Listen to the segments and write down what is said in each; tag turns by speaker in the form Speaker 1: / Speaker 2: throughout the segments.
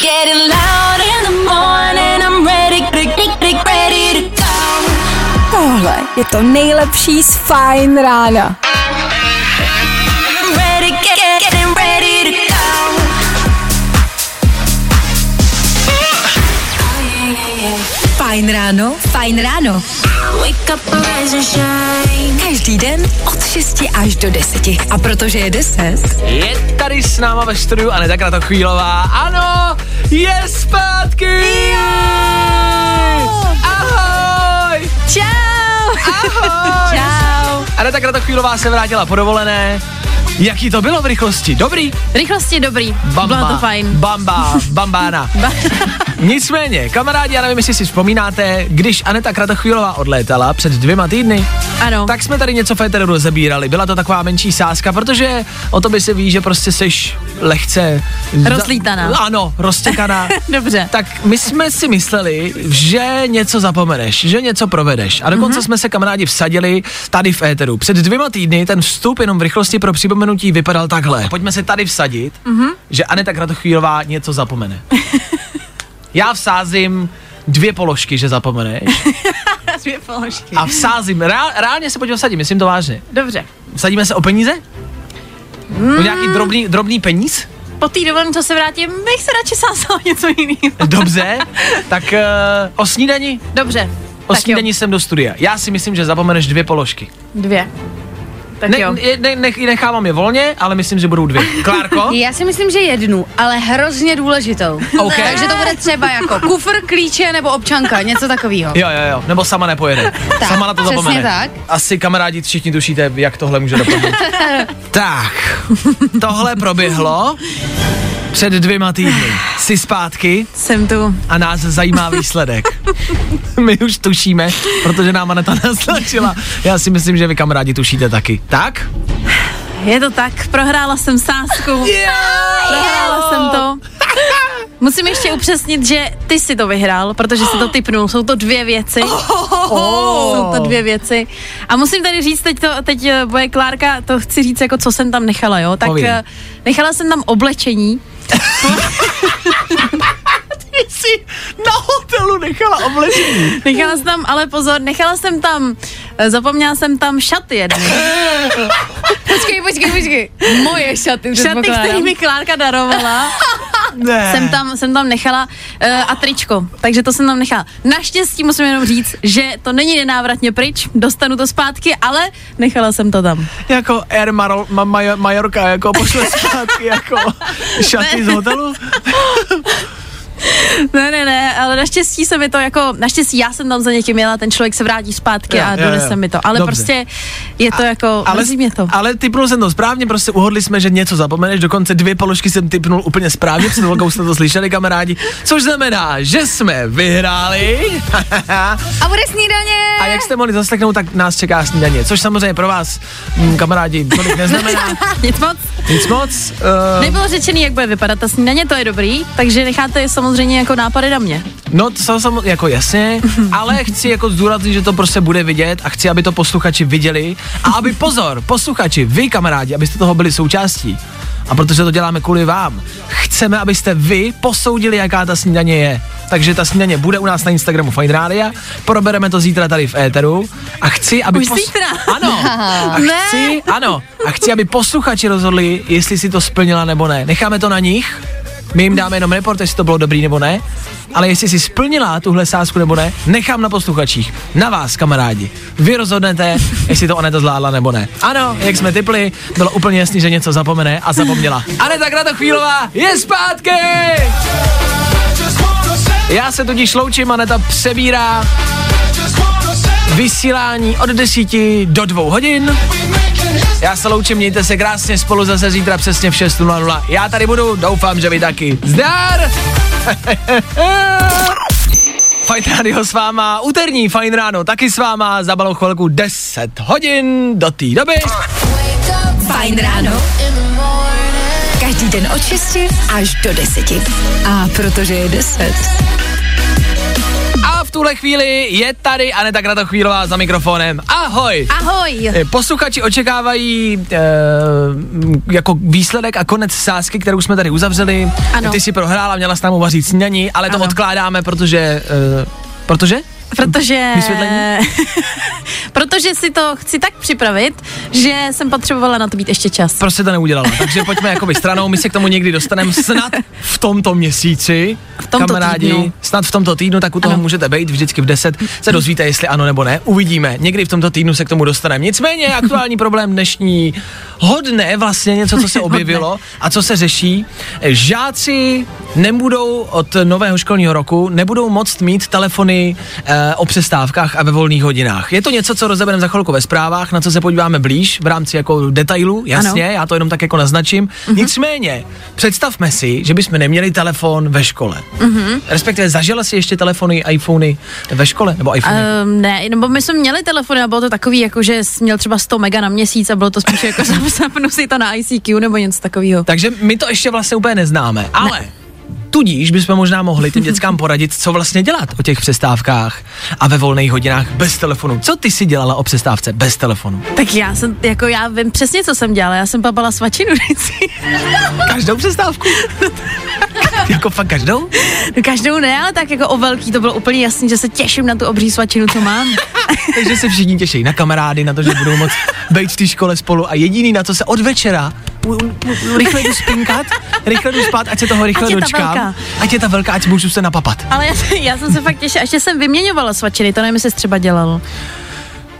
Speaker 1: Getting loud in the morning, I'm ready, ready, ready, ready to go.
Speaker 2: Tohle je to nejlepší z fajn rána.
Speaker 1: I'm ready, get, get, getting ready to go.
Speaker 3: Fajn ráno, fajn ráno.
Speaker 1: Wake up, rise and shine.
Speaker 3: Každý den od 6 až do 10. A protože je 10,
Speaker 4: Je tady s náma ve studiu Anetka Kratochvílová. Ano, je zpátky! Ahoj!
Speaker 3: čau!
Speaker 4: Ahoj!
Speaker 3: Čau.
Speaker 4: Aneta Kratochvílová se vrátila po dovolené. Jaký to bylo v rychlosti? Dobrý?
Speaker 5: Rychlosti dobrý,
Speaker 4: Bamba,
Speaker 5: bylo to fajn.
Speaker 4: Bamba, bambána. Nicméně, kamarádi, já nevím, jestli si vzpomínáte, když Aneta Kratochvílová odlétala před dvěma týdny,
Speaker 3: No.
Speaker 5: ano, tak
Speaker 4: tak jsme tady něco v Eteru rozebírali. Byla to taková menší sázka, protože o tobě se ví, že prostě seš lehce...
Speaker 5: Rozlítaná.
Speaker 4: Ano, roztěkaná.
Speaker 5: dobře. Tak.
Speaker 4: Tak my jsme si mysleli, že něco zapomeneš, že něco provedeš. A dokonce mm-hmm. jsme se kamarádi vsadili tady v éteru. Před dvěma týdny ten vstup jenom v rychlosti pro připomenutí vypadal takhle. Pojďme se tady vsadit, mm-hmm. že Aneta Kratochvílová něco zapomene. Já vsázím dvě položky, že zapomeneš.
Speaker 5: Dvě položky.
Speaker 4: A vsázím, reál, reálně se pojďme vsadit, myslím to vážně.
Speaker 5: Dobře.
Speaker 4: Vsadíme se o peníze? Mm.
Speaker 5: Hmm.
Speaker 4: O nějaký drobný, drobný peníz?
Speaker 5: Po té dovolené, co se vrátím, bych se radši sázala něco jiného.
Speaker 4: Dobře, tak uh, o snídani?
Speaker 5: Dobře.
Speaker 4: O
Speaker 5: tak jo,
Speaker 4: snídani jsem do studia. Já si myslím, že zapomeneš dvě položky.
Speaker 5: dvě. Tak
Speaker 4: Ne,
Speaker 5: jo.
Speaker 4: ne, ne, nech- nechávám je volně, ale myslím, že budou dvě. Klárko?
Speaker 6: Já si myslím, že jednu, ale hrozně důležitou.
Speaker 4: OK.
Speaker 6: Takže to bude třeba jako kufr, klíče nebo občanka, něco takového.
Speaker 4: Jo, jo, jo, nebo sama nepojede.
Speaker 6: Tak,
Speaker 4: sama na to
Speaker 6: přesně
Speaker 4: zapomene.
Speaker 6: tak.
Speaker 4: Asi kamarádi všichni tušíte, jak tohle může dopadnout. tak, tohle proběhlo před dvěma týdny. Jsi zpátky
Speaker 5: Jsem tu.
Speaker 4: a nás zajímá výsledek. My už tušíme, protože nám Aneta naznačila. Já si myslím, že vy kamarádi tušíte taky. Tak?
Speaker 5: Je to tak, prohrála jsem sázku. Prohrála jsem to. Musím ještě upřesnit, že ty si to vyhrál, protože si to typnul. Jsou to dvě věci. Jsou to dvě věci. A musím tady říct, teď, to, teď eh, bude Klárka, to chci říct, jako co jsem tam nechala, jo? Tak
Speaker 4: Povídej.
Speaker 5: eh, nechala jsem tam oblečení,
Speaker 4: Jsi na hotelu nechala oblečení.
Speaker 5: nechala jsem tam, ale pozor, nechala jsem tam, eh, zapomněla jsem tam šaty jedny.
Speaker 6: Počkej, počkej, počkej. Moje šaty,
Speaker 5: Šaty, které
Speaker 6: předpokládám.
Speaker 5: mi Klárka darovala.
Speaker 4: Ne.
Speaker 5: jsem tam, jsem tam nechala uh, a tričko, takže to jsem tam nechala. Naštěstí musím jenom říct, že to není nenávratně pryč, dostanu to zpátky, ale nechala jsem to tam.
Speaker 4: Jako Air Marol, ma, Majo- Majorka, jako pošle zpátky, jako šaty z hotelu.
Speaker 5: Ne, ne, ne, ale naštěstí se mi to jako, naštěstí já jsem tam za někým jela, ten člověk se vrátí zpátky
Speaker 4: Jo,
Speaker 5: a
Speaker 4: jo,
Speaker 5: donese
Speaker 4: jo.
Speaker 5: mi to, ale
Speaker 4: Dobře.
Speaker 5: prostě je to jako, ale, mě to.
Speaker 4: ale typnul jsem to správně, prostě uhodli jsme, že něco zapomeneš, dokonce dvě položky jsem typnul úplně správně, před velkou jste to slyšeli, kamarádi, což znamená, že jsme vyhráli.
Speaker 6: A bude snídaně.
Speaker 4: A jak jste mohli zaslechnout, tak nás čeká snídaně, což samozřejmě pro vás, mm, kamarádi, tolik neznamená
Speaker 5: Nic moc.
Speaker 4: nic moc. Uh,
Speaker 5: Nebylo řečený, jak bude vypadat ta snídaně, to je dobrý, takže necháte je samozřejmě jako nápady na mě.
Speaker 4: No, to jsou samozřejmě, jako jasně, ale chci jako zdůraznit, že to prostě bude vidět a chci, aby to posluchači viděli a aby pozor, posluchači, vy kamarádi, abyste toho byli součástí. A protože to děláme kvůli vám, chceme, abyste vy posoudili, jaká ta snídaně je. Takže ta snídaně bude u nás na Instagramu Fine Radio, probereme to zítra tady v éteru a chci, aby...
Speaker 5: Už zítra?
Speaker 4: Ano. A
Speaker 5: Ne.
Speaker 4: chci, ano. A chci, aby posluchači rozhodli, jestli si to splnila nebo ne. Necháme to na nich. My jim dáme jenom report, jestli to bylo dobrý nebo ne. Ale jestli si splnila tuhle sázku nebo ne, nechám na posluchačích. Na vás, kamarádi. Vy rozhodnete, jestli to Aneta zvládla nebo ne. Ano, jak jsme typli, bylo úplně jasný, že něco zapomene a zapomněla. Aneta Kratochvílová je zpátky! Já se tudíž loučím, Aneta přebírá vysílání od 10 do 2 hodin. Já se loučím, mějte se krásně spolu zase zítra přesně v 6.00. Já tady budu, doufám, že vy taky. Zdar! Fajn rádio s váma, úterní fajn ráno taky s váma, za malou chvilku 10 hodin, do té doby.
Speaker 3: Fajn ráno. Každý den od 6 až do 10. A protože je 10.
Speaker 4: A v tuhle chvíli je tady Aneta Kratochvílová za mikrofonem. Ahoj!
Speaker 5: Ahoj.
Speaker 4: Eh, Posluchači očekávají eh, jako výsledek a konec sázky, kterou jsme tady uzavřeli.
Speaker 5: Ano.
Speaker 4: Ty si prohrála, měla s námi uvařit snídaní, ale to ano.
Speaker 5: Ano.
Speaker 4: odkládáme, protože... Eh, protože?
Speaker 5: Protože...
Speaker 4: Vysvětlení?
Speaker 5: protože si to chci tak připravit, že jsem potřebovala na to být ještě čas.
Speaker 4: Prostě to neudělala. Takže pojďme jakoby stranou, my se k tomu někdy dostaneme snad v tomto měsíci. V
Speaker 5: tomto týdnu.
Speaker 4: Snad v tomto týdnu, tak u toho ano. můžete být vždycky v 10. Se dozvíte, jestli ano nebo ne. Uvidíme. Někdy v tomto týdnu se k tomu dostaneme. Nicméně aktuální problém dnešní hodné vlastně něco, co se objevilo a co se řeší. Žáci nebudou od nového školního roku nebudou moct mít telefony eh, o přestávkách a ve volných hodinách. Je to něco, co rozebereme za chvilku ve zprávách, na co se podíváme blíž v rámci jako detailů, jasně, ano. já to jenom tak jako naznačím. Mm-hmm. Nicméně, představme si, že bychom neměli telefon ve škole. Mm-hmm. Respektive zažila si ještě telefony, iPhony ve škole? Nebo iPhony? Uh,
Speaker 5: Um, ne, nebo my jsme měli telefony a bylo to takový, jako že jsi měl třeba 100 mega na měsíc a bylo to spíš jako zap- zapnu si to na ICQ nebo něco takového.
Speaker 4: Takže my to ještě vlastně úplně neznáme, ale... Ne. Tudíž bychom možná mohli těm dětskám poradit, co vlastně dělat o těch přestávkách a ve volných hodinách bez telefonu. Co ty si dělala o přestávce bez telefonu?
Speaker 5: Tak já jsem, jako já vím přesně, co jsem dělala, já jsem papala svačinu vždycky.
Speaker 4: Každou přestávku? jako fakt každou?
Speaker 5: No Každou ne, ale tak jako o velký to bylo úplně jasný, že se těším na tu obří svačinu, co mám.
Speaker 4: Takže se všichni těší na kamarády, na to, že budou moc být v té škole spolu a jediný, na co se od večera u- u- u- rychle jdu spinkat, rychle jdu spát, ať se toho rychle
Speaker 5: Ať je ta
Speaker 4: dočkám.
Speaker 5: velká.
Speaker 4: Ať je ta velká, ať můžu se napapat.
Speaker 5: Ale já, se- já jsem se fakt těšila, ještě jsem vyměňovala svačiny, to nevím, jestli jsi třeba dělal.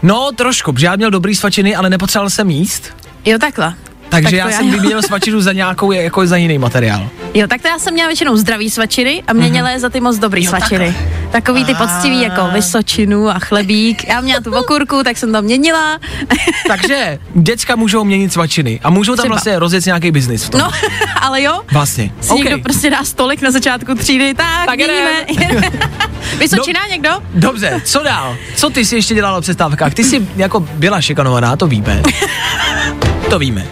Speaker 4: No trošku, protože já měl dobrý svačiny, ale nepotřeboval jsem jíst.
Speaker 5: Jo, takhle.
Speaker 4: Takže
Speaker 5: Tak to
Speaker 4: já,
Speaker 5: já
Speaker 4: jsem
Speaker 5: jo.
Speaker 4: vyměnil svačinu za nějakou, jako za jiný materiál.
Speaker 5: Jo, tak to já jsem měla většinou zdravý svačiny a měnila je za ty moc dobrý
Speaker 4: Mhm. Jo,
Speaker 5: svačiny. Takový ty
Speaker 4: A.
Speaker 5: poctivý jako vysočinu a chlebík. Já měla tu okurku, tak jsem to měnila.
Speaker 4: Takže děcka můžou měnit svačiny a můžou tam
Speaker 5: Třeba.
Speaker 4: vlastně rozjet nějaký biznis v tom.
Speaker 5: No, ale jo,
Speaker 4: Vlastně.
Speaker 5: si okay. někdo prostě dá stolik na začátku třídy, tak,
Speaker 4: Tak No.
Speaker 5: tak
Speaker 4: jdem.
Speaker 5: měníme. Vysočina někdo?
Speaker 4: Dobře, co dál? Co ty jsi ještě dělala o přestávkách? Ty jsi jako byla šikanovaná, to víme. To víme.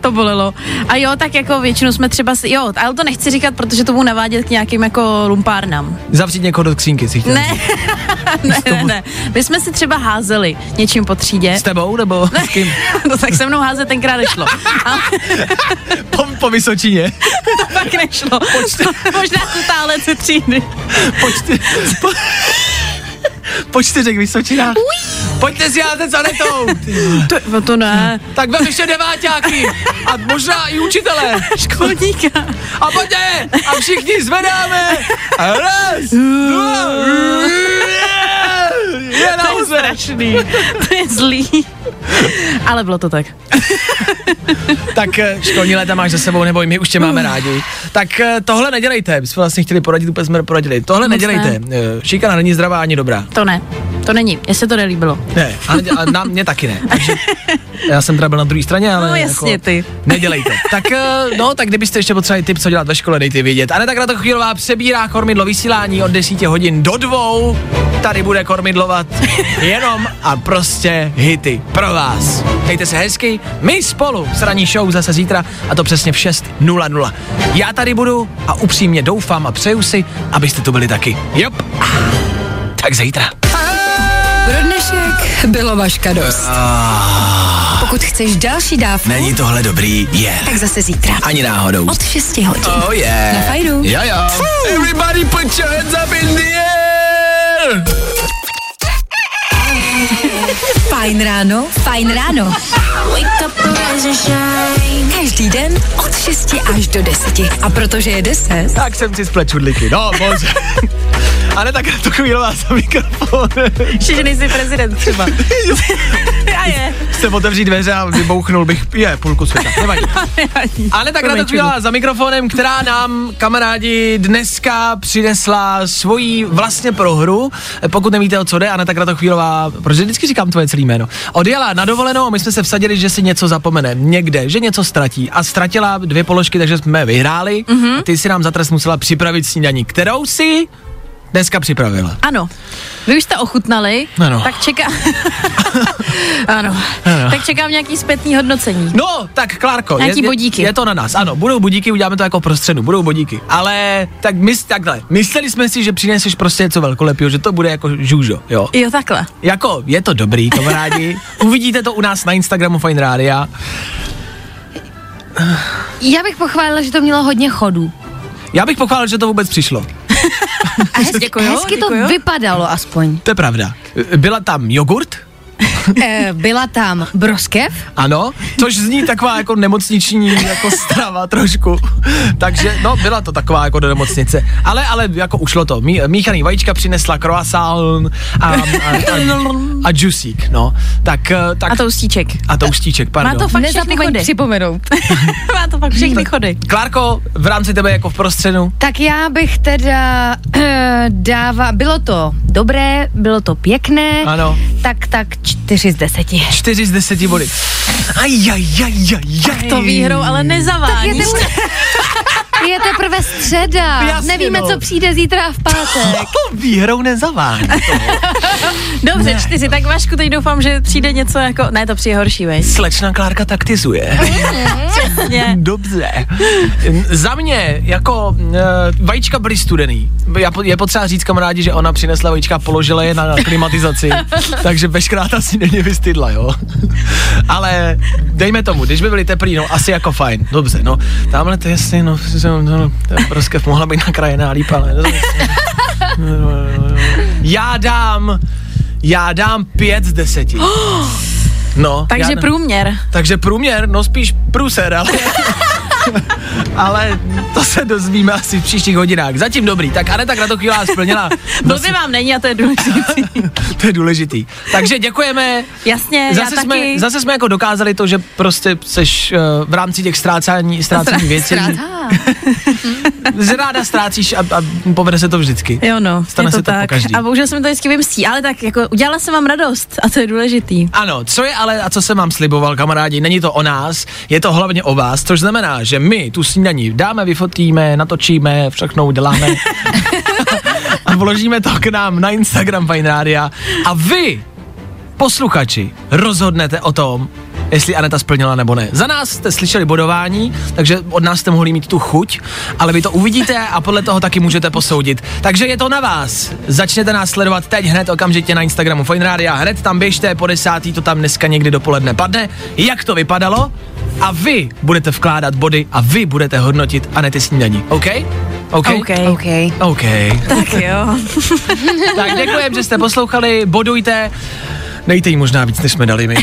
Speaker 5: To bolelo. A jo, tak jako většinou jsme třeba, si, jo, ale to nechci říkat, protože to budu navádět k nějakým jako lumpárnám.
Speaker 4: Zavřít někoho do skřínky si chtěla.
Speaker 5: Ne,
Speaker 4: říct.
Speaker 5: ne, ne, ne. My jsme si třeba házeli něčím po třídě.
Speaker 4: S tebou nebo s kým?
Speaker 5: No tak se mnou házet tenkrát nešlo. Ale
Speaker 4: Po, po Vysočině.
Speaker 5: pak nešlo. Možná tu tále ze třídy.
Speaker 4: Po, čty, po, po čtyřech Vysočinách. Pojďte si házet za netou.
Speaker 5: To, no to ne.
Speaker 4: Tak vem ještě deváťáky a možná i učitele.
Speaker 5: Školníka.
Speaker 4: A pojďte! A všichni zvedáme! A Raz, dva, je
Speaker 5: To je
Speaker 4: nahoře!
Speaker 5: strašný. To je zlý. Ale bylo to tak.
Speaker 4: Tak eh, školní léta máš za sebou, neboj, my už tě máme rádi. Tak eh, tohle nedělejte, my jsme vlastně chtěli poradit, úplně jsme poradili. Tohle
Speaker 5: Moc
Speaker 4: nedělejte, Eh, šikana není zdravá ani dobrá.
Speaker 5: To ne. To není. Mně se to nelíbilo.
Speaker 4: Ne, a, nedě- a na mě taky ne. Takže já jsem teda byl na druhé straně, ale
Speaker 5: No jasně,
Speaker 4: jako,
Speaker 5: ty.
Speaker 4: Nedělejte. Tak eh, no, tak kdybyste ještě potřebovali tip, co dělat ve škole, dejte vědět. A ne tak na to chvílová přebírá kormidlo vysílání od 10 hodin do dvou. Tady bude kormidlovat jenom a prostě hity pro vás. Dejte se hezky, my spolu s ranní show zase zítra a to přesně v 6.00. Já tady budu a upřímně doufám a přeju si, abyste tu byli taky. Jop. Tak zítra.
Speaker 3: Pro dnešek bylo vaška dost. Pokud chceš další dávku,
Speaker 4: Není tohle dobrý, je. Yeah.
Speaker 3: tak zase zítra.
Speaker 4: Ani náhodou.
Speaker 3: Od 6 hodin.
Speaker 4: Oh yeah.
Speaker 3: Na fajdu.
Speaker 4: Jo jo. Everybody put your hands up in the air.
Speaker 3: Fajn ráno, fajn ráno.
Speaker 1: Wake up, rise and shine.
Speaker 3: Každý den od 6 až do 10. A protože je 10,
Speaker 4: Tak jsem si splet čudlíky, no bože. Ale tak to chvílová za mikrofon.
Speaker 5: Ještě, že nejsi prezident třeba. A je.
Speaker 4: Jste otevří dveře a vybouchnul bych, je, půlku světa, nevadí. Ale tak to chvíla za mikrofonem, která nám, kamarádi, dneska přinesla svoji vlastně prohru. Pokud nevíte, o co jde, Aneta tak chvílová, protože vždycky říkám tvoje celé jméno. Odjela na dovolenou a my jsme se vsadili, že si něco zapomene někde, že něco ztratí. A ztratila dvě položky, takže jsme vyhráli. Mm-hmm. Ty si nám za trest musela připravit snídaní, kterou si Dneska připravila.
Speaker 5: Ano, vy už jste ochutnali,
Speaker 4: Ano.
Speaker 5: tak čeká... ano.
Speaker 4: Ano.
Speaker 5: tak čekám nějaký zpětný hodnocení.
Speaker 4: No, tak Klárko,
Speaker 5: Nějaký
Speaker 4: je,
Speaker 5: bodíky.
Speaker 4: Je, je to na nás. Ano, budou bodíky, uděláme to jako prostředu, budou bodíky. Ale tak my, takhle, mysleli jsme si, že přineseš prostě něco velkolepého, že to bude jako žůžo, jo.
Speaker 5: Jo, takhle.
Speaker 4: Jako, je to dobrý, kamarádi. Uvidíte to u nás na Instagramu Fine Rádia.
Speaker 6: Já bych pochválila, že to mělo hodně chodů.
Speaker 4: Já bych pochválil, že to vůbec přišlo.
Speaker 6: A hezky,
Speaker 5: Děkuju,
Speaker 6: hezky
Speaker 5: děkuju.
Speaker 6: to vypadalo aspoň.
Speaker 4: To je pravda. Byla tam jogurt,
Speaker 3: Eh,
Speaker 6: E, byla tam broskev,
Speaker 4: ano, což zní taková jako nemocniční jako strava trošku. Takže, no, byla to taková jako do nemocnice. Ale, ale jako ušlo to. Mí, míchaný vajíčka přinesla croissant a, a, a, a džusík, no. Tak, eh, tak
Speaker 5: A toustíček.
Speaker 4: a toustíček,
Speaker 5: Má
Speaker 4: pardon.
Speaker 5: to fakt všechny
Speaker 6: nezapomeň
Speaker 5: chody.
Speaker 6: připomenout.
Speaker 5: Má to fakt všechny chody.
Speaker 4: Klárko, v rámci tebe jako v prostředu.
Speaker 6: Tak já bych teda eh, dává, bylo to dobré, bylo to pěkné,
Speaker 4: Ano.
Speaker 6: tak tak čtyři z deseti.
Speaker 4: Čtyři z deseti body. Aj, aj, aj, aj, aj.
Speaker 5: To výhrou, ale
Speaker 6: Je,
Speaker 5: nezavádíš.
Speaker 6: teprve, je teprve středa,
Speaker 4: Jasně,
Speaker 6: nevíme,
Speaker 4: no.
Speaker 6: co přijde zítra a v pátek.
Speaker 4: Výhrou nezavání.
Speaker 5: Dobře, čtyři, tak Vašku, teď doufám, že přijde něco jako... Ne, to přijde horší, vej.
Speaker 4: Slečna Klárka taktizuje.
Speaker 5: Mě.
Speaker 4: Dobře. Za mě, jako uh, vajíčka byly studený. Já po- Je potřeba říct kamarádi, že ona přinesla vajíčka, položila je na klimatizaci, takže veškerá ta si není vystydla, jo. Ale dejme tomu, když by byly teplý, no asi jako fajn. Dobře, no. Tamhle to jasně, no, no, no prostě mohla být nakrajená líp, ale... Já dám, já dám pět z deseti. No,
Speaker 5: Takže
Speaker 4: já dám-
Speaker 5: průměr.
Speaker 4: takže průměr, no spíš průser, ale... ale to se dozvíme asi v příštích hodinách. Zatím dobrý. Tak Aneta Kratochvílá splněla.
Speaker 5: Blbě vám není a to je důležité.
Speaker 4: to je důležitý. Takže děkujeme.
Speaker 5: Jasně,
Speaker 4: Zase
Speaker 5: já
Speaker 4: jsme,
Speaker 5: taky.
Speaker 4: zase jsme jako dokázali to, že prostě seš uh, v rámci těch ztrácání, ztrácení věcí. že ráda ztrácíš a, a povede se to vždycky.
Speaker 5: Jo no,
Speaker 4: Stane
Speaker 5: je to,
Speaker 4: se to po
Speaker 5: tak.
Speaker 4: každý.
Speaker 5: a bohužel se mi to vždycky vymstí, ale tak jako udělala jsem vám radost a to je důležitý.
Speaker 4: Ano, co je ale a co jsem vám sliboval, kamarádi, není to o nás, je to hlavně o vás, což znamená, že my tu snídaní dáme, vyfotíme, natočíme, všechno uděláme a vložíme to k nám na Instagram Fine Rádia a vy, posluchači, rozhodnete o tom, jestli Aneta splnila nebo ne. Za nás jste slyšeli bodování, takže od nás jste mohli mít tu chuť, ale vy to uvidíte a podle toho taky můžete posoudit. Takže je to na vás. Začněte nás sledovat teď hned okamžitě na Instagramu Fine Radio, hned tam běžte, po desátý to tam dneska někdy dopoledne padne, jak to vypadalo a vy budete vkládat body a vy budete hodnotit Anety snídaní. OK? OK?
Speaker 5: OK.
Speaker 4: OK.
Speaker 5: Tak jo.
Speaker 4: Tak děkujem, že jste poslouchali, bodujte. Dejte jí možná víc, než jsme dali my.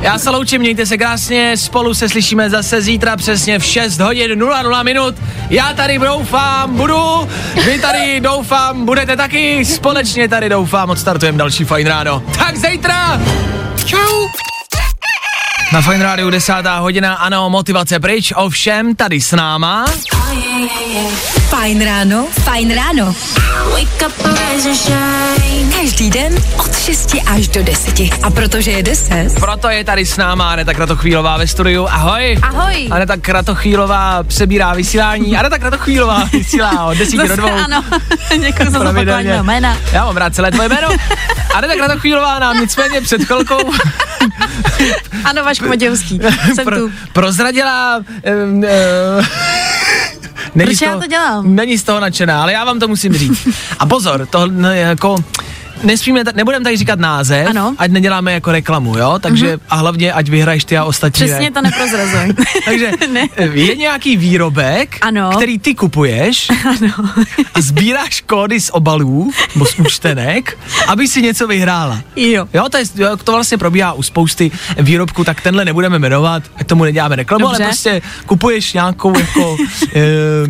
Speaker 4: Já se loučím, mějte se krásně, spolu se slyšíme zase zítra přesně v 6 hodin 00 minut. Já tady doufám, budu, vy tady doufám, budete taky, společně tady doufám, odstartujeme další Fajn ráno. Tak zítra! Čau! Na Fajn rádiu 10. hodina, ano, motivace pryč, ovšem tady s náma.
Speaker 3: Fajn ráno, fajn ráno.
Speaker 1: Wake up and rise and shine.
Speaker 3: Každý den od 6 až do 10. A protože je 10,
Speaker 4: Proto je tady s náma Aneta Kratochvílová ve studiu. Ahoj.
Speaker 5: Ahoj.
Speaker 4: Aneta Kratochvílová přebírá vysílání. Aneta Kratochvílová vysílá od 10 do 2.
Speaker 5: ano, děkuji za zopakování
Speaker 4: Pravidelně.
Speaker 5: mého jména.
Speaker 4: Já mám rád celé tvoje jméno. Aneta Kratochvílová nám nicméně před chvilkou
Speaker 5: Ano, Vašku Matějovský, jsem
Speaker 4: pro,
Speaker 5: tu.
Speaker 4: prozradila... Um, uh, Není
Speaker 5: Proč
Speaker 4: z
Speaker 5: já
Speaker 4: toho-
Speaker 5: to dělám?
Speaker 4: Není z toho nadšená, ale já vám to musím říct. A pozor, to ne, jako... Nesmíme, ta- nebudeme tady říkat název,
Speaker 5: Ano. Mhm.
Speaker 4: ať neděláme jako reklamu, jo? Takže a hlavně, ať vyhraješ ty a ostatní. ne.
Speaker 5: Přesně to neprozrazuj.
Speaker 4: Takže eh,
Speaker 5: Ne.
Speaker 4: je nějaký výrobek,
Speaker 5: Ano.
Speaker 4: který ty kupuješ
Speaker 5: ano.
Speaker 4: a sbíráš kódy z obalů nebo z účtenek, aby si něco vyhrála.
Speaker 5: Jo.
Speaker 4: Jo, to, je, jo, to vlastně probíhá u spousty výrobků, tak tenhle nebudeme jmenovat, ať tomu neděláme reklamu,
Speaker 5: Dobře.
Speaker 4: ale prostě kupuješ nějakou jako, e,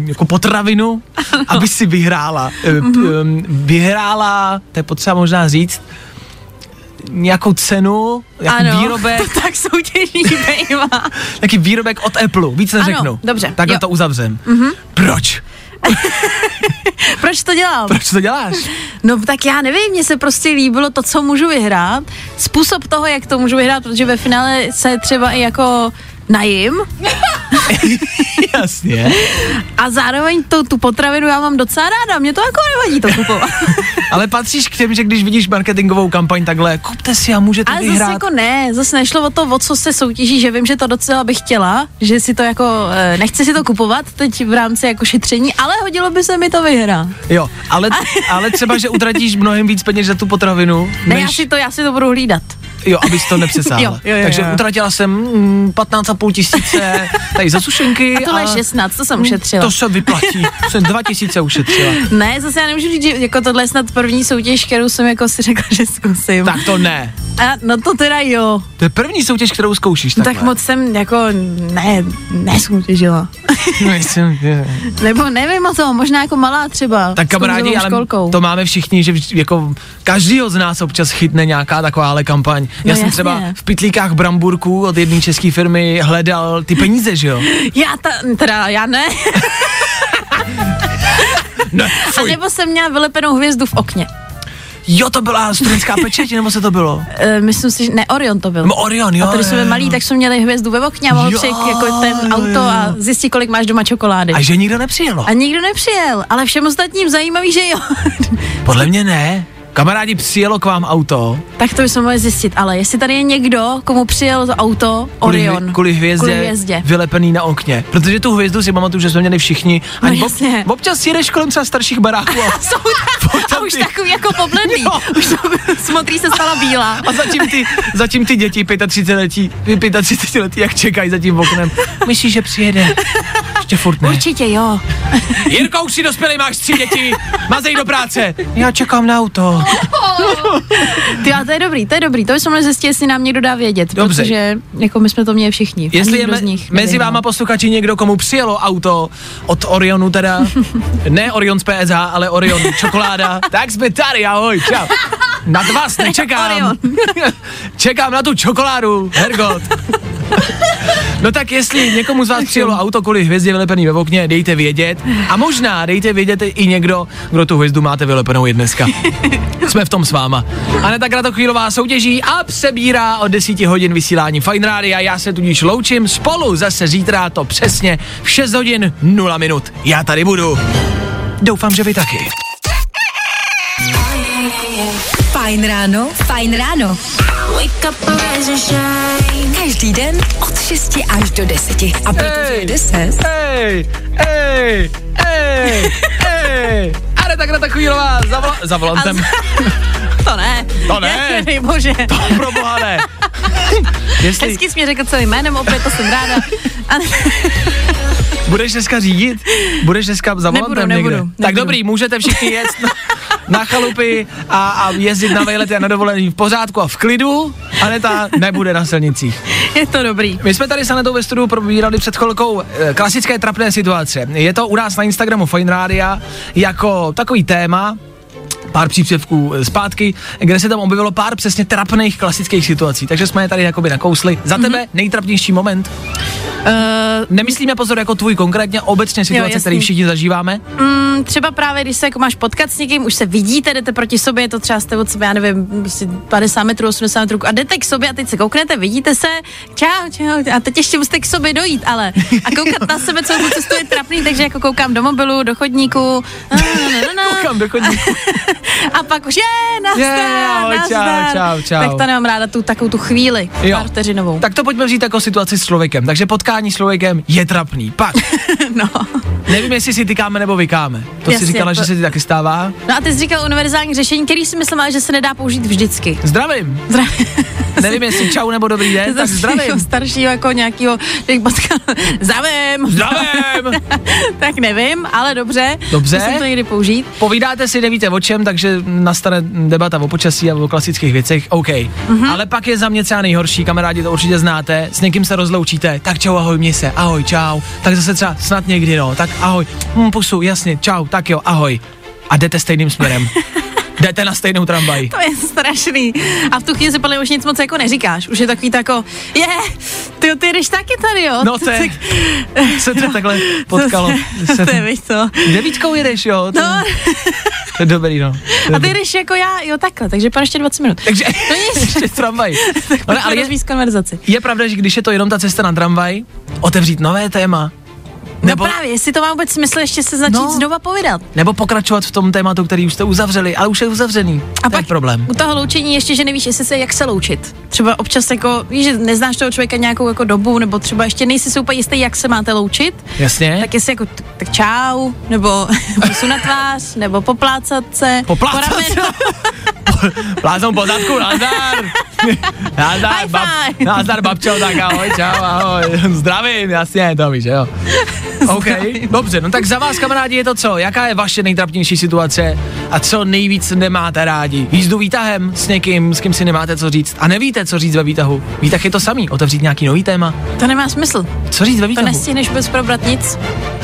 Speaker 4: jako potravinu, ano. aby si vyhrála. E,
Speaker 5: Mhm.
Speaker 4: mm-hmm. Vyhrála, to je potřeba možná říct, nějakou cenu, jako
Speaker 5: Ano,
Speaker 4: výrobek,
Speaker 5: to tak soutěžní bývá.
Speaker 4: Taky výrobek od Apple, víc neřeknu.
Speaker 5: dobře,
Speaker 4: Takhle
Speaker 5: jo. Mhm.
Speaker 4: to uzavřem. Mm-hmm. Proč?
Speaker 5: Proč to dělám?
Speaker 4: Proč to děláš?
Speaker 5: No tak já nevím, mně se prostě líbilo to, co můžu vyhrát, způsob toho, jak to můžu vyhrát, protože ve finále se třeba i jako najím
Speaker 4: Jasně.
Speaker 5: a zároveň to, tu potravinu já mám docela ráda, mě to jako nevadí to kupovat.
Speaker 4: Ale patříš k těm, že když vidíš marketingovou kampaň takhle, kupte si a můžete
Speaker 5: Ale zase
Speaker 4: vyhrát.
Speaker 5: jako ne, zase nešlo o to, o co se soutěží, že vím, že to docela bych chtěla, že si to jako, eh, nechci si to kupovat teď v rámci jako šetření, ale hodilo by se mi to vyhrát.
Speaker 4: Jo, ale, ale třeba, že utratíš mnohem víc peněz za tu potravinu,
Speaker 5: Ne,
Speaker 4: než...
Speaker 5: já si to, já si to budu hlídat.
Speaker 4: Jo, abys to nepřesáhla.
Speaker 5: Jo, jo, jo,
Speaker 4: Takže
Speaker 5: jo.
Speaker 4: utratila jsem mm, 15,5 tisíce tady za sušenky.
Speaker 5: A tohle je 16, to jsem ušetřila.
Speaker 4: Mm, To se vyplatí. jsem 2 tisíce ušetřila.
Speaker 5: Ne, zase já nemůžu říct, že jako tohle je snad první soutěž, kterou jsem jako si řekla, že zkusím.
Speaker 4: Tak to ne.
Speaker 5: A, no to teda jo.
Speaker 4: To je první soutěž, kterou zkoušíš
Speaker 5: Tak
Speaker 4: takhle.
Speaker 5: moc jsem jako ne, nesoutěžila.
Speaker 4: Nejsem, je.
Speaker 5: Nebo nevím o tom, možná jako malá třeba.
Speaker 4: tak
Speaker 5: s kouzlovou
Speaker 4: kamarádi, ale
Speaker 5: školkou.
Speaker 4: to máme všichni, že vž- jako každýho z nás občas chytne nějaká takováhle kampaň. Já
Speaker 5: No
Speaker 4: jsem
Speaker 5: jasně.
Speaker 4: třeba v pitlíkách Bramburku od jedné české firmy hledal ty peníze, že jo?
Speaker 5: Já ta, teda já ne.
Speaker 4: Ne,
Speaker 5: A
Speaker 4: No, fuj.
Speaker 5: nebo jsem měla vylepenou hvězdu v okně.
Speaker 4: Jo, to byla studentská pečeť, nebo se to bylo?
Speaker 5: E, myslím si, že ne, Orion to byl.
Speaker 4: No, Orion, jo.
Speaker 5: a tady
Speaker 4: jo,
Speaker 5: jsme byli
Speaker 4: jo.
Speaker 5: malí, tak jsme měli hvězdu ve okně a mohl
Speaker 4: Jo,
Speaker 5: přijít jako ten
Speaker 4: jo,
Speaker 5: auto
Speaker 4: jo.
Speaker 5: a zjistit, kolik máš doma čokolády.
Speaker 4: A že nikdo nepřijelo.
Speaker 5: A nikdo nepřijel, ale všem ostatním zajímavý, že jo.
Speaker 4: Podle mě ne. Kamarádi, přijelo k vám auto.
Speaker 5: tak to bychom mohli zjistit, ale jestli tady je někdo, komu přijel to auto Orion.
Speaker 4: Kvůli, kvůli, hvězdě,
Speaker 5: Kvůli hvězdě.
Speaker 4: vylepený na okně. Protože tu hvězdu si pamatuju, že jsme měli všichni.
Speaker 5: No
Speaker 4: Ani
Speaker 5: jasně.
Speaker 4: občas jedeš kolem třeba starších baráků a,
Speaker 5: Jsou tam,
Speaker 4: Furt tam
Speaker 5: a už
Speaker 4: ty-
Speaker 5: takový jako pobledný.
Speaker 4: Jo.
Speaker 5: Už to, z modrý se stala bílá.
Speaker 4: a zatím, ty, zatím ty děti 35 letí, 35 letí, jak čekají za tím oknem. Myslíš, že přijede? Ještě furt ne.
Speaker 5: Určitě jo.
Speaker 4: Jirko, už jsi dospělý, máš tři děti, mazej do práce. Já čekám na auto.
Speaker 5: Ty, a to je dobrý, to je dobrý. To bychom mohli zjistit, jestli nám někdo dá vědět.
Speaker 4: Dobře.
Speaker 5: Protože jako my jsme to měli všichni. A
Speaker 4: Jestli je
Speaker 5: nikdo
Speaker 4: me-
Speaker 5: z nich no.
Speaker 4: mezi
Speaker 5: nevyhrál.
Speaker 4: váma posluchači někdo, komu přijelo auto od Orionu teda, ne Orion z PSH, ale Orion čokoláda, tak jsme tady, ahoj, čau. Na vás nečekám.
Speaker 5: Orion.
Speaker 4: Čekám na tu čokoládu, Hergot. No tak jestli někomu z vás přijelo auto kvůli hvězdě vylepený ve okně, dejte vědět. A možná dejte vědět i někdo, kdo tu hvězdu máte vylepenou i dneska. Jsme v tom s váma. Aneta tak chvílová soutěží a přebírá od 10 hodin vysílání Fine Rády a já se tudíž loučím spolu zase zítra to přesně v 6 hodin 0 minut. Já tady budu. Doufám, že vy taky.
Speaker 3: Fajn ráno, fajn ráno.
Speaker 1: Wake up and rise and shine.
Speaker 3: Každý den od 6 až do 10. A protože
Speaker 4: Hej.
Speaker 3: je 10,
Speaker 4: Hej, hej, hej, hej. Aneta Kratochvílová za, vola- za volantem.
Speaker 5: To ne.
Speaker 4: To ne.
Speaker 5: Nedej bože.
Speaker 4: Pro boha ne. Jestli
Speaker 5: Hezky jsi mě řekl celým jménem, opět to jsem ráda. A
Speaker 4: budeš dneska řídit, budeš dneska za
Speaker 5: Nebudu,
Speaker 4: volantem
Speaker 5: nebudu,
Speaker 4: někde.
Speaker 5: nebudu.
Speaker 4: Tak dobrý, můžete všichni jet na, na chalupy a, a jezdit na vejlety a na dovolení v pořádku a v klidu. Aneta nebude na silnicích.
Speaker 5: je to dobrý.
Speaker 4: My jsme tady s Anetou ve studiu probírali před chvilkou eh, klasické trapné situace. Je to u nás na Instagramu Fine Rádia jako takový téma, pár příspěvků eh, zpátky, kde se tam objevilo pár přesně trapných klasických situací. Takže jsme je tady jakoby nakousli. Za tebe nejtrapnější moment?
Speaker 5: Uh,
Speaker 4: Nemyslíme pozor jako tvůj konkrétně, obecně situace,
Speaker 5: jasný.
Speaker 4: které všichni zažíváme.
Speaker 5: Mm, třeba právě, když se jako máš potkat s někým, už se vidíte, jdete proti sobě, je to třeba jste od sebe, já nevím, prostě 50 metrů, 80 metrů a jdete k sobě a teď se kouknete, vidíte se, čau, čau, a teď ještě musíte k sobě dojít, ale a koukat na sebe celou tu cestu je trapný, takže jako koukám do mobilu, do chodníku, na, na, na, na, na.
Speaker 4: Koukám do chodníku.
Speaker 5: a pak už je, nazdar,
Speaker 4: Je, ahoj, čau,
Speaker 5: nazdar.
Speaker 4: čau, čau.
Speaker 5: Tak to nemám ráda, tu takovou tu chvíli,
Speaker 4: Jo.
Speaker 5: pár vteřinovou.
Speaker 4: Tak to pojďme vzít jako situaci s člověkem. Takže potkání s člověkem je trapný. Pak,
Speaker 5: No.
Speaker 4: nevím, jestli si tykáme nebo vykáme. To si
Speaker 5: Jasně,
Speaker 4: říkala,
Speaker 5: to-
Speaker 4: že se ti taky stává.
Speaker 5: no a ty jsi říkal univerzální řešení, který si myslím, ale že se nedá použít vždycky.
Speaker 4: Zdravím.
Speaker 5: Zdravím.
Speaker 4: Nevím, jestli čau nebo dobrý den, tak
Speaker 5: Zase nějakého
Speaker 4: zdravím.
Speaker 5: staršího jako nějakého, jak potkal, zavím.
Speaker 4: Zdravím!
Speaker 5: tak nevím, ale dobře.
Speaker 4: Dobře.
Speaker 5: Musím to někdy použít.
Speaker 4: Povídáte si, nevíte o čem, takže nastane debata o počasí a o klasických věcech, OK. Mm-hmm. Ale pak je za mě třeba nejhorší, kamarádi to určitě znáte, s někým se rozloučíte, tak čau, ahoj, měj se, ahoj, čau, tak zase třeba snad někdy, no, tak ahoj, hm, pusu, jasně, čau, tak jo, ahoj. A jdete stejným směrem. jdete na stejnou tramvaj.
Speaker 5: To je strašný. A v tu chvíli si podle mě už nic moc jako neříkáš. Už je takový tak jako, je, ty, ty jdeš taky tady, jo.
Speaker 4: No to je, se to takhle potkalo.
Speaker 5: To je, víš co.
Speaker 4: Devítkou jedeš, jo? To-
Speaker 5: No.
Speaker 4: To je dobrý, no. To je
Speaker 5: A ty
Speaker 4: dobrý.
Speaker 5: jdeš jako já, jo takhle, takže pan ještě 20 minut.
Speaker 4: Takže
Speaker 5: To nic.
Speaker 4: ještě tramvaj. Ale, ale je,
Speaker 5: rozvíz konverzaci.
Speaker 4: je pravda, že když je to jenom ta cesta na tramvaj, otevřít nové téma,
Speaker 5: Nebo...
Speaker 4: nebo,
Speaker 5: No právě, jestli to má vůbec smysl ještě se začít
Speaker 4: No.
Speaker 5: no. znova povídat.
Speaker 4: nebo pokračovat v tom tématu, který už jste uzavřeli, ale už je uzavřený.
Speaker 5: A
Speaker 4: to je
Speaker 5: pak
Speaker 4: problém.
Speaker 5: u toho loučení ještě, že nevíš, jestli se jak se loučit. Třeba občas jako, víš, že neznáš toho člověka nějakou jako dobu, nebo třeba ještě nejsi si úplně jistý, jak se máte loučit,
Speaker 4: Jasně?
Speaker 5: tak jestli jako, t- tak čau, nebo pusu na tvář, nebo poplácat se.
Speaker 4: Poplácat
Speaker 5: po ramenu.
Speaker 4: Láznou pozadku, nazdar! nazdar,
Speaker 5: High
Speaker 4: bab,
Speaker 5: five.
Speaker 4: nazdar, babčo, tak ahoj, čau, ahoj. Zdravím, jasně, to víš, že jo. OK, dobře, no tak za vás, kamarádi, je to co? Jaká je vaše nejtrapnější situace a co nejvíc nemáte rádi? Jízdu výtahem s někým, s kým si nemáte co říct a nevíte, co říct ve výtahu. Výtah je to samý, otevřít nějaký nový téma.
Speaker 5: To nemá smysl.
Speaker 4: Co říct ve
Speaker 5: To
Speaker 4: výtahu?
Speaker 5: nestihneš vůbec probrat nic.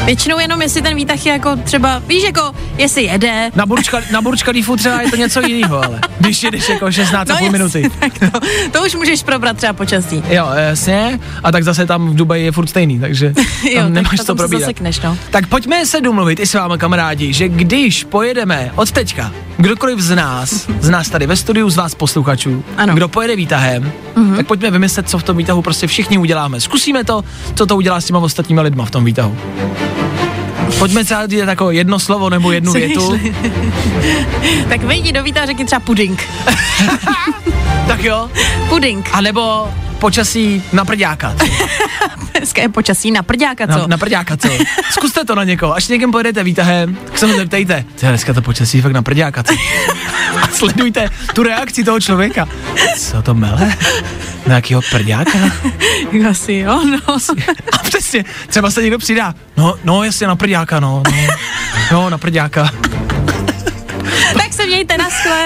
Speaker 5: Většinou jenom, jestli ten výtah je jako třeba, víš, jako, jestli jede,
Speaker 4: Na burčka, na burčka Leafu třeba je to něco jiného, ale když jedeš jako 16,5
Speaker 5: No jasně,
Speaker 4: minuty.
Speaker 5: Tak to, to už můžeš probrat třeba počasí.
Speaker 4: Jo, jasně. A tak zase tam v Dubaji je furt stejný, takže tam
Speaker 5: Jo, tak
Speaker 4: nemáš
Speaker 5: potom
Speaker 4: co
Speaker 5: se
Speaker 4: probírat.
Speaker 5: zasekneš, no.
Speaker 4: Tak pojďme se domluvit i s vámi, kamarádi, že když pojedeme od teďka, kdokoliv z nás, z nás tady ve studiu, z vás posluchačů,
Speaker 5: Ano. Mhm.
Speaker 4: kdo pojede výtahem, mm-hmm. tak pojďme vymyslet, co v tom výtahu prostě všichni uděláme. Zkusíme to, co to udělá s těma ostatníma lidma v tom výtahu. Pojďme třeba dělat jako jedno slovo nebo jednu
Speaker 5: Co
Speaker 4: větu.
Speaker 5: Tak vejdi do víta a řekni třeba puding.
Speaker 4: Tak jo.
Speaker 5: Puding.
Speaker 4: A nebo počasí na prďáka.
Speaker 5: Dneska je počasí na prďáka, co?
Speaker 4: Na, na prďáka, co? Zkuste to na někoho, až někam pojedete výtahem, tak se ho zeptejte. Ty dneska to počasí je fakt na prďáka, co? A sledujte tu reakci toho člověka. Co to mele? Na jakýho prďáka?
Speaker 5: Asi jo, no.
Speaker 4: A přesně, třeba se někdo přidá. No, no, jasně, na prďáka, no. No, no na prďáka.
Speaker 5: tak se mějte na skle.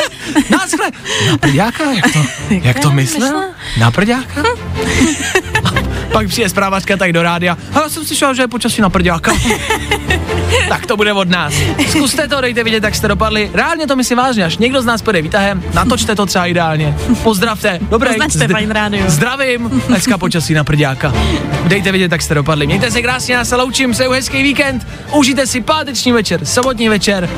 Speaker 4: Náskle! No, Na prďáka? Jak to, jak to
Speaker 5: to
Speaker 4: myslel? Na prďáka? Pak přijde zprávačka tak do rádia. "A Já jsem slyšel, že je počasí na prďáka. tak to bude od nás. Zkuste to, dejte vidět, jak jste dopadli. Reálně to myslím vážně, až někdo z nás půjde výtahem, natočte to třeba ideálně. Pozdravte, dobré.
Speaker 5: Označte Fajn rádio.
Speaker 4: Zdravím, dneska počasí na prďáka. Dejte vědět, jak jste dopadli. Mějte se krásně, já se loučím, přeju hezký víkend, užijte si páteční večer, sobotní večer,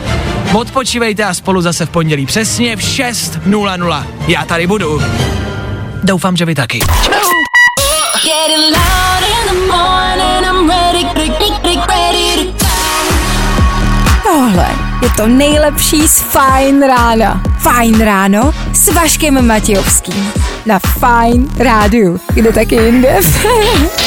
Speaker 4: odpočívejte a spolu zase v pondělí přesně v 6.00. Já tady budu. Doufám, že vy taky.
Speaker 1: Getting loud in the morning, I'm ready, ready, ready, ready to
Speaker 2: Tohle je to nejlepší z Fajn rána. Fajn ráno s Vaškem Matějovským. Na Fajn rádiu. Kde taky jinde?